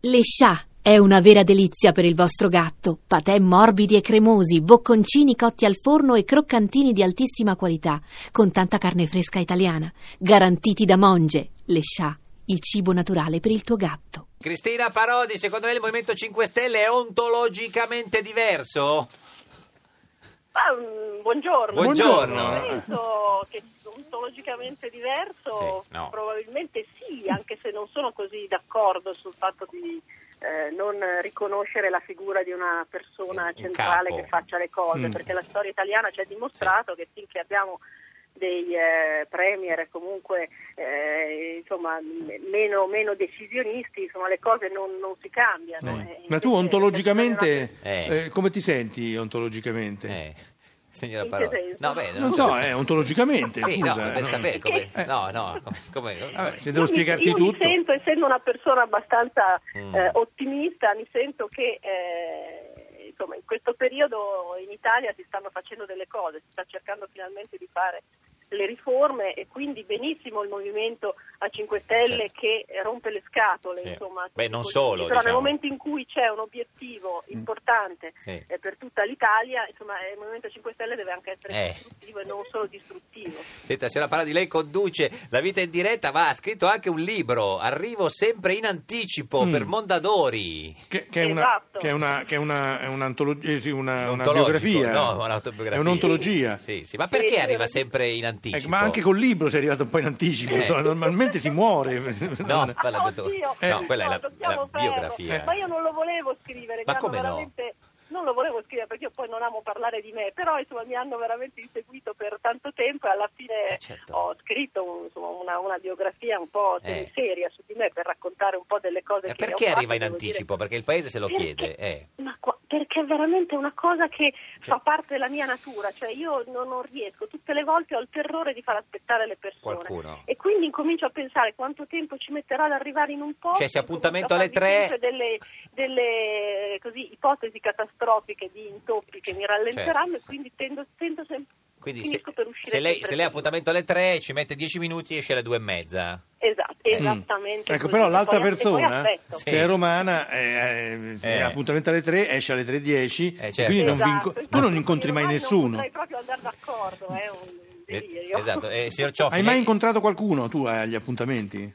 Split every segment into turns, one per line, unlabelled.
Le scià è una vera delizia per il vostro gatto. Patè morbidi e cremosi, bocconcini cotti al forno e croccantini di altissima qualità, con tanta carne fresca italiana, garantiti da Monge. Le scià, il cibo naturale per il tuo gatto.
Cristina Parodi, secondo lei il Movimento 5 Stelle è ontologicamente diverso?
Ma, mm, buongiorno.
Buongiorno.
Penso che ontologicamente diverso,
Sì, no.
probabilmente sì, anche se non sono così d'accordo sul fatto di eh, non riconoscere la figura di una persona
Un
centrale
capo.
che faccia le cose,
Mm.
perché la storia italiana ci ha dimostrato che finché abbiamo dei eh, premier comunque eh, insomma m- meno, meno decisionisti insomma le cose non, non si cambiano
Sì.
Eh,
Ma tu
invece-
ontologicamente
Eh.
eh, come ti senti ontologicamente?
Eh, signora
In che
Parodi.
senso?
No, beh,
Non so, eh, ontologicamente,
Sì, no,
scusa.
per sapere come...
Eh.
No, no, come... come-
Vabbè, se
Io
devo
mi-
spiegarti
io mi
tutto.
sento, essendo una persona abbastanza
Mm.
eh, ottimista, mi sento che eh, insomma, in questo periodo in Italia si stanno facendo delle cose, si sta cercando finalmente di fare le riforme e quindi benissimo il movimento a 5 Stelle
Certo.
che rompe le scatole.
Sì.
Insomma, a
Beh,
tutti
non
i
solo,
politici. Però
diciamo.
nel momento in cui c'è un obiettivo importante
Sì.
eh, per tutta l'Italia, insomma, eh, il Movimento 5 Stelle deve anche essere
Eh.
costruttivo e non solo distruttivo.
Senta, signora Parodi, lei conduce La vita in diretta, ma ha scritto anche un libro, Arrivo sempre in anticipo,
Mm.
per Mondadori.
Che, che è una,
Esatto.
che è una, che è una, è un'antologia, eh sì, una, una
Ontologico,
biografia.
No, un'autobiografia.
È un'ontologia.
Sì, sì, ma perché
Sì.
arriva sempre in anticipo?
Eh, ma anche col libro sei arrivato un po' in anticipo.
Eh.
insomma, normalmente si muore.
No, quella,
Ah,
dottor-
oddio,
no,
Eh.
quella è la,
dottor
la
Ferro,
biografia.
Ma io non lo volevo scrivere,
Ma
mi hanno
come no?
veramente- Non lo volevo scrivere perché io poi non amo parlare di me, però insomma mi hanno veramente inseguito per tanto tempo e alla fine
Eh, certo.
ho scritto un- insomma, una, una biografia un po'
Eh.
seria su di me per raccontare un po' delle cose
Eh,
che ho
perché
fatto,
arriva in
devo dire.
anticipo? Perché il paese se lo
Perché-
chiede. eh. Cioè
Ma qua- perché è veramente una cosa che fa parte della mia natura, cioè io non, non riesco, tutte le volte ho il terrore di far aspettare le persone
Qualcuno.
e quindi incomincio a pensare quanto tempo ci metterà ad arrivare in un posto.
Cioè, se appuntamento
incomincio a
alle tre-
farmi sempre Delle, delle, così, ipotesi catastrofiche di intoppi che mi rallenteranno e quindi tendo, tendo sempre...
Certo. Quindi se,
finisco per uscire
se lei,
sempre
se lei ha
prima.
appuntamento alle 3, ci mette 10 minuti esce alle 2 e mezza.
Esatto,
Mm.
esattamente.
Ecco,
così.
però
E poi-
l'altra
e poi
persona, eh,
aspetto.
Sì.
che è romana, eh, eh, se
Eh.
ha appuntamento alle 3, esce alle 3.10,
Eh, certo.
quindi non vi inco-
Esatto,
tu non
infatti
incontri
io
mai
non
nessuno.
potrei proprio andare d'accordo, è un
Eh,
delirio.
esatto. Eh, signor Cioffi,
Hai
lei-
mai incontrato qualcuno tu agli appuntamenti?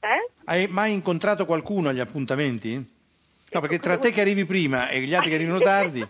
Eh?
Hai mai incontrato qualcuno agli appuntamenti? No, perché tra te che arrivi prima e gli altri che arrivano tardi,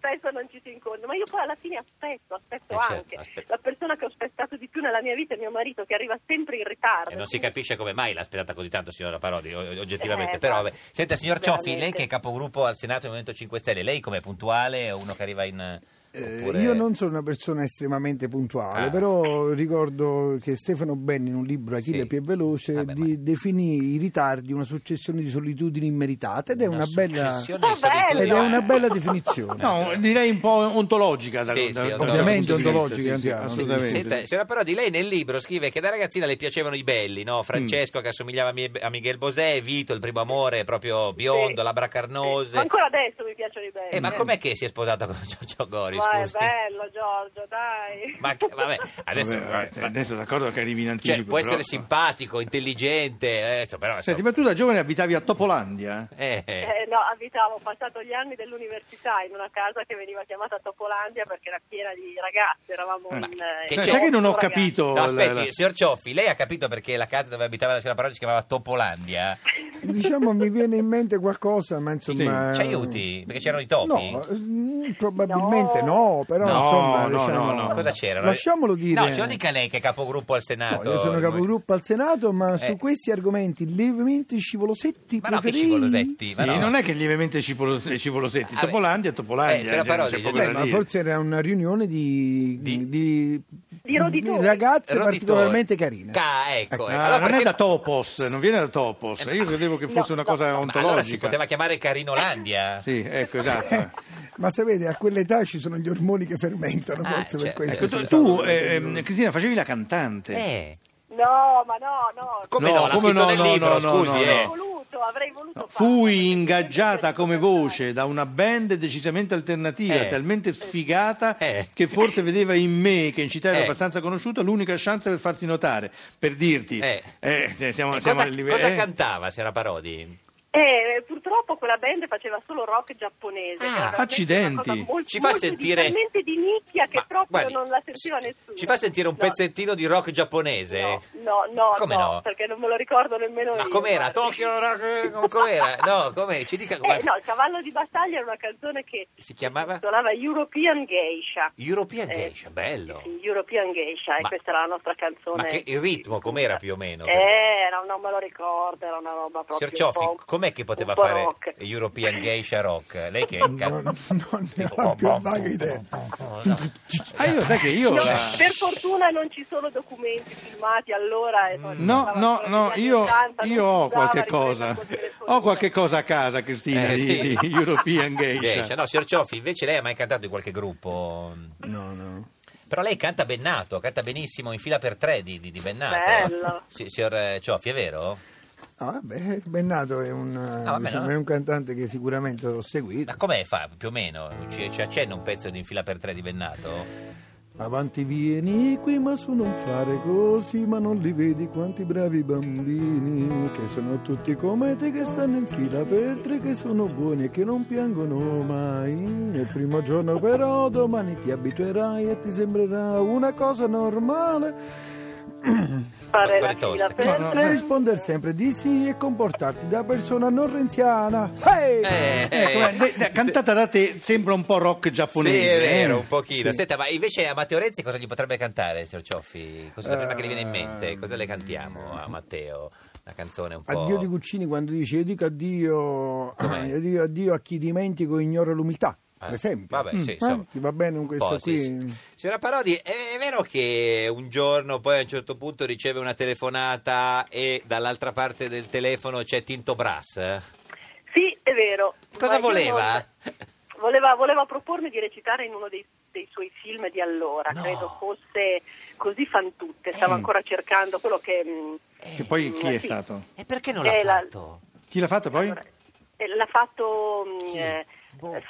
Spesso non ci si incontra, ma io poi alla fine aspetto, aspetto
Eh, certo,
anche.
aspetta.
La persona che ho aspettato di più nella mia vita è mio marito, che arriva sempre in ritardo.
Eh, non si
Quindi-
capisce come mai l'ha aspettata così tanto, signora Parodi, o- o- oggettivamente.
Eh,
Però,
esatto.
vabbè. Senta, signor Cioffi, lei
Veramente.
che è capogruppo al Senato del Movimento 5 Stelle, lei come puntuale o uno che arriva in...
Eh,
oppure-
Io non sono una persona estremamente puntuale,
Ah.
però ricordo che Stefano Benni, in un libro Achille
Sì.
più è veloce,
Vabbè,
di-
ma-
definì i ritardi una successione di solitudini immeritate ed è una, bella,
successione di
Ah, bello!
solitudini.
ed è una bella definizione.
no, direi un po' ontologica. dal-
Sì, sì,
dal- dal-
ontologica.
ovviamente
Ontologica,
ontologica, sì, sì,
anziano, sì.
assolutamente.
Senta, signora Parodi, lei nel libro scrive che da ragazzina le piacevano i belli, no? Francesco
Mm.
che assomigliava a Mie- a Miguel Bosè, Vito, il primo amore, proprio biondo,
Sì.
labbra
Sì. Ma
carnose.
ancora adesso mi piacciono i belli.
Eh,
Ehm,
ma com'è che si è sposata con Giorgio Gori,
Ma è
scusi?
bello, Giorgio, dai.
Ma che- vabbè, adesso...
eh. Vabbè, vabbè,
ma-
adesso d'accordo che arrivi in anticipo.
cioè, può essere
però- eh.
simpatico, intelligente, eh, cioè, però...
Senti,
insomma,
ma tu da giovane abitavi a Topolandia?
eh, eh.
Eh, no, abitavo, ho passato gli anni dell'università in una casa che veniva chiamata Topolandia perché era piena di ragazze, eravamo
Eh.
in... eh,
Che
Cioè,
c'è?
sai che non ho
otto ragazze.
capito.
No,
la-
aspetti,
la-
signor Cioffi, lei ha capito perché la casa dove abitava la signora Parodi si chiamava Topolandia?
Diciamo mi viene in mente qualcosa, ma insomma...
Ci aiuti? Perché c'erano i topi?
No, eh, probabilmente no,
No.
però
No,
insomma...
no,
diciamo-
no, no.
Cosa c'era?
Lasciamolo dire...
No, ce lo dica lei che è capogruppo al Senato.
No, io sono capogruppo al Senato, ma
Eh.
su questi argomenti lievemente scivolosetti
Ma no, che
preferirei-
scivolosetti. Ma
Sì,
no.
Non è che lievemente Cipolo- Cipolosetti,
Ah, beh.
Topolandia,
Eh,
Topolandia.
signora
cioè, non c'è
Parodi,
poco
beh,
da
Beh, ma
dire.
forse era una riunione di,
Di-
di,
Di roditori.
di ragazze
Roditori.
particolarmente carine.
Ca- ecco.
Ah,
eh. Allora,
non
perché- Eh,
è da Topos, non viene da Topos. Io credevo che fosse
No,
una
no.
cosa
Ma allora si
ontologica.
poteva chiamare Carinolandia.
Sì, ecco, esatto.
Ma sapete, a quell'età ci sono gli ormoni che fermentano,
Ah,
forse
certo.
per questo.
Ecco, tu,
si
tu,
sa-
ehm, Cristina, facevi la cantante.
Eh.
No, ma no, no.
Come no?
No,
L'ha
come
scritto
no,
nel
no,
libro,
no, no,
scusi.
no,
eh.
Ho voluto, avrei voluto
No,
farlo, perché
fui ingaggiata
sembra
come
di cantare.
voce da una band decisamente alternativa,
Eh.
talmente sfigata
Eh.
che forse vedeva in me, che in città ero
Eh.
abbastanza conosciuta, l'unica chance per farti notare, per dirti.
Eh.
Eh, se- siamo,
E
siamo
cosa,
al livello.
cosa
eh.
cantava Sera Parodi?
Eh, purtroppo quella band faceva solo rock giapponese.
Ah,
che era veramente
accidenti.
una cosa Molto,
Ci fa
molto
sentire-
talmente di nicchia che
Ma,
proprio
guardi,
non la sentiva nessuno.
Ci fa sentire un
No,
pezzettino di rock giapponese?
No, no, no,
Come
no,
no?
perché non me lo ricordo nemmeno
Ma
io.
com'era?
guardi.
Tokyo Rock, com- com'era? No, com'è? Ci dica com'è.
Eh, no, il cavallo di battaglia era una canzone che
Si chiamava?
suonava European Geisha.
European
Eh,
Geisha, bello.
Sì, European Geisha,
Ma-
e questa era la nostra canzone.
Ma che- il ritmo com'era più o meno? Cioè,
Eh, era- non me lo ricordo, era una roba proprio
Signor Cioffi,
un po',
com'è che poteva
un po'
fare
rock.
European Geisha Rock? Lei che
Non, non ne ho
Bom,
la più
bom,
vaga
bom,
idea.
bom, bom, no.
Ah, io sai che io.
No,
la-
per fortuna non ci sono documenti filmati allora.
Mm.
e poi
No,
stava
no,
ancora
no,
negli anni
io,
80, non
io ho
si usava,
qualche
ripresa
cosa.
col telefonino.
Ho qualche cosa a casa, Cristina,
Eh,
di,
sì.
di European
Geisha.
Geisha.
cioè, No, signor Cioffi, invece lei ha mai cantato in qualche gruppo?
No, no.
Però lei canta Bennato, canta benissimo in fila per tre di, di- di Bennato.
Bello.
Sì, signor eh, Cioffi, è vero?
Ah, vabbè, Bennato è un,
vabbè,
diciamo,
no.
è un cantante che sicuramente ho seguito.
Ma com'è fa più o meno? Ci, ci accenna un pezzo di in fila per tre di Bennato?
Avanti vieni qui, ma su non fare così, ma non li vedi quanti bravi bambini, che sono tutti come te, che stanno in fila per tre, che sono buoni e che non piangono mai. Il primo giorno però domani ti abituerai e ti sembrerà una cosa normale.
Fare la
Guardi
fila
tosse.
per
No, no,
Tre rispondere sempre di sì e comportarti da persona non renziana. Hey!
Eh,
Eh, com'è? De- de- cantata da te sembra un po' rock giapponese.
Sì, è vero,
eh.
un pochino.
Sì.
Senta, ma invece a Matteo Renzi cosa gli potrebbe cantare, signor Cioffi? Così la prima che le viene in mente, cosa le cantiamo a Matteo? Una canzone un po'...
Addio di Guccini quando dice io dico addio,
Com'è?
io dico addio a chi dimentico e ignora l'umiltà, per
Eh,
esempio.
Vabbè, sì,
Eh,
insomma.
Ti va bene con questo
Un po',
qui?
Oh, sì, sì. Signora Parodi, è, è vero che un giorno poi a un certo punto riceve una telefonata e dall'altra parte del telefono c'è Tinto Brass?
Sì, è vero.
Cosa
Ma io
voleva?
non- Voleva, voleva propormi di recitare in uno dei, dei suoi film di allora,
No.
credo fosse così fan tutte, stavo
Eh.
ancora cercando quello che... mh,
Eh,
Che poi chi è
Sì.
stato?
E perché non l'ha
Eh, la-
fatto?
Chi l'ha fatta poi?
allora, eh, l'ha fatto... mh,
Chi?
eh,
Boh.
eh,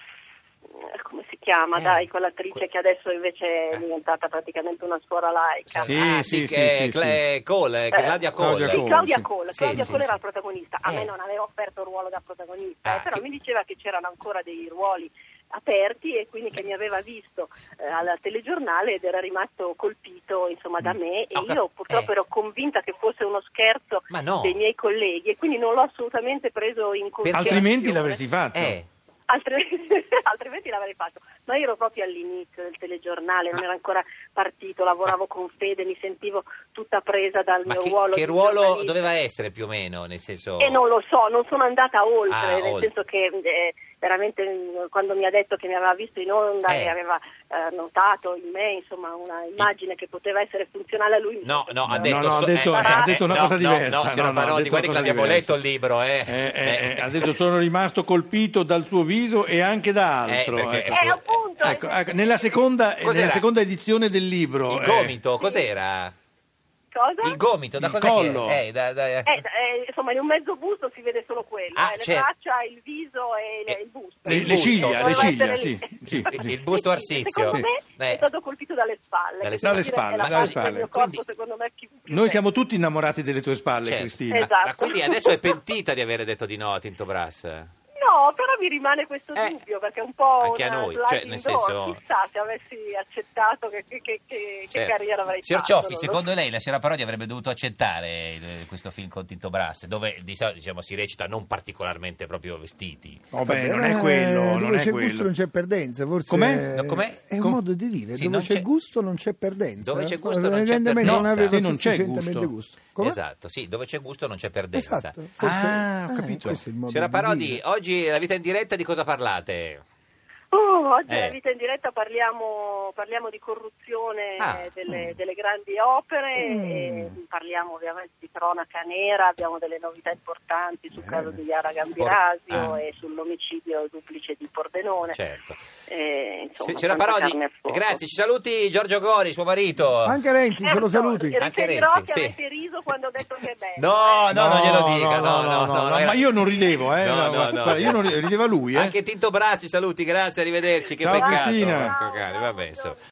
come si chiama?
Eh.
Dai, quell'attrice
Que-
che adesso invece
Eh.
è diventata praticamente una suora laica.
Sì,
Ah,
sì, sì,
eh,
sì,
Cle- Cole, eh, Claudia Cole.
Claudia
Sì,
Cole,
Claudia
sì.
Cole,
Sì,
Claudia
sì,
Cole
sì.
era la protagonista, a
Eh.
me non aveva offerto un ruolo da protagonista, eh,
Ah,
però
che-
mi diceva che c'erano ancora dei ruoli aperti e quindi che mi aveva visto eh, al telegiornale ed era rimasto colpito insomma da me e
Mm. Ho cap-
io purtroppo
eh.
ero convinta che fosse uno scherzo
Ma no.
dei miei colleghi e quindi non l'ho assolutamente preso in considerazione
Altrimenti l'avresti fatto.
Eh,
altrimenti, altrimenti l'avrei fatto. Ma io ero proprio all'inizio del telegiornale, non era ancora partito, lavoravo con fede, mi sentivo tutta presa dal
ma
mio
che,
ruolo.
che
di
ruolo
giornalista.
doveva essere più o meno? Nel senso...
E non lo so, non sono andata oltre,
Ah,
nel
oltre.
senso che eh, veramente mh, quando mi ha detto che mi aveva visto in onda
Eh.
e aveva eh, notato in me insomma una immagine che poteva essere funzionale a lui.
No, no, ha
No,
detto,
no, ha
so- eh,
detto-
eh,
ha
detto una
no,
cosa
no,
diversa,
No, signora
no, no, ha
Parodi,
detto
guardi che
una cosa
abbiamo
diversa.
letto il libro, eh.
Eh, eh, eh,
Eh.
ha detto sono rimasto colpito dal suo viso e anche da altro.
Eh, perché-
ecco.
Eh, appunto,
Ecco, ecco, nella, seconda,
Cos'era?
nella seconda edizione del libro,
Il
eh,
gomito, cos'era?
ecco.
cosa?
Il gomito, da
Il
cosa che-
collo.
Eh, da- da-
Eh, eh, insomma, in un mezzo busto si vede solo quello,
Ah,
eh, le
certo.
braccia, il viso e il,
Eh,
il busto.
le,
Il
le
busto.
ciglia, le
Doveva
ciglia,
essere
sì,
lì.
sì,
Il-
sì.
il busto arsizio.
Secondo me
Eh.
è stato colpito dalle spalle.
Dalle
che
spalle.
vuol dire che
Dalle
la
spalle,
parte del mio
spalle.
corpo, secondo me, chi- chi
Noi
è.
siamo tutti innamorati delle tue spalle,
Certo.
Cristina.
Eh,
Ma-
Esatto.
ma quindi adesso è pentita di aver detto di no a Tinto Brass?
No, però mi rimane questo
Eh,
dubbio perché è un po'
anche a
una
noi,
sliding
cioè, nel
door.
senso-
chissà se avessi accettato che, che- che- che- che
Certo.
carriera avrei
Signor
fatto.
Cioffi,
non lo
secondo lei la signora Parodi avrebbe dovuto accettare il- questo film con Tinto Brass, dove di solito, diciamo, si recita non particolarmente proprio vestiti?
Oh, beh,
Vabbè,
non è
eh,
quello,
dove
non è
c'è gusto non
quello.
c'è perdenza, forse
Com'è?
No, com'è?
è un
Com-
modo di dire,
Sì,
dove
non
c'è,
c'è-
gusto non c'è perdenza.
Dove c'è gusto non c'è
Evidentemente non
perdenza.
aveva
Sì, non c'è
sufficientemente
gusto.
gusto. Com'è?
Esatto, sì, dove c'è gusto non c'è perdenza.
Esatto, forse-
Ah, ho
eh,
capito.
questo è il modo
Signora
di
Parodi,
dire.
oggi la vita in diretta di cosa parlate?
so. Oh, oggi
Eh.
nella vita in diretta parliamo, parliamo di corruzione
Ah. Mm.
eh, delle, delle grandi opere e parliamo ovviamente di cronaca nera, abbiamo delle novità importanti sul
Bene.
caso di Yara Gambirasio
Por- Eh. ah.
e sull'omicidio duplice di Pordenone.
Certo.
Eh, insomma,
Sì, c'era
tanta
Parodi.
carne al fuoco.
Grazie, ci saluti Giorgio Gori, suo marito.
Anche Renzi, se lo
Certo,
saluti.
Enrico
Anche Renzi,
Ghirotto,
sì.
avete riso quando ho detto che è bello.
No,
eh.
no, non glielo dica. No, no,
no,
no,
no, no,
era-
ma io non ridevo, eh.
No, no,
No,
no,
guarda, io non ri- rideva lui, eh.
Anche Tinto Bracci, saluti, grazie, arrivederci. Che
Ciao,
peccato.
Cristina.
Ecco, cari, vabbè, insomma.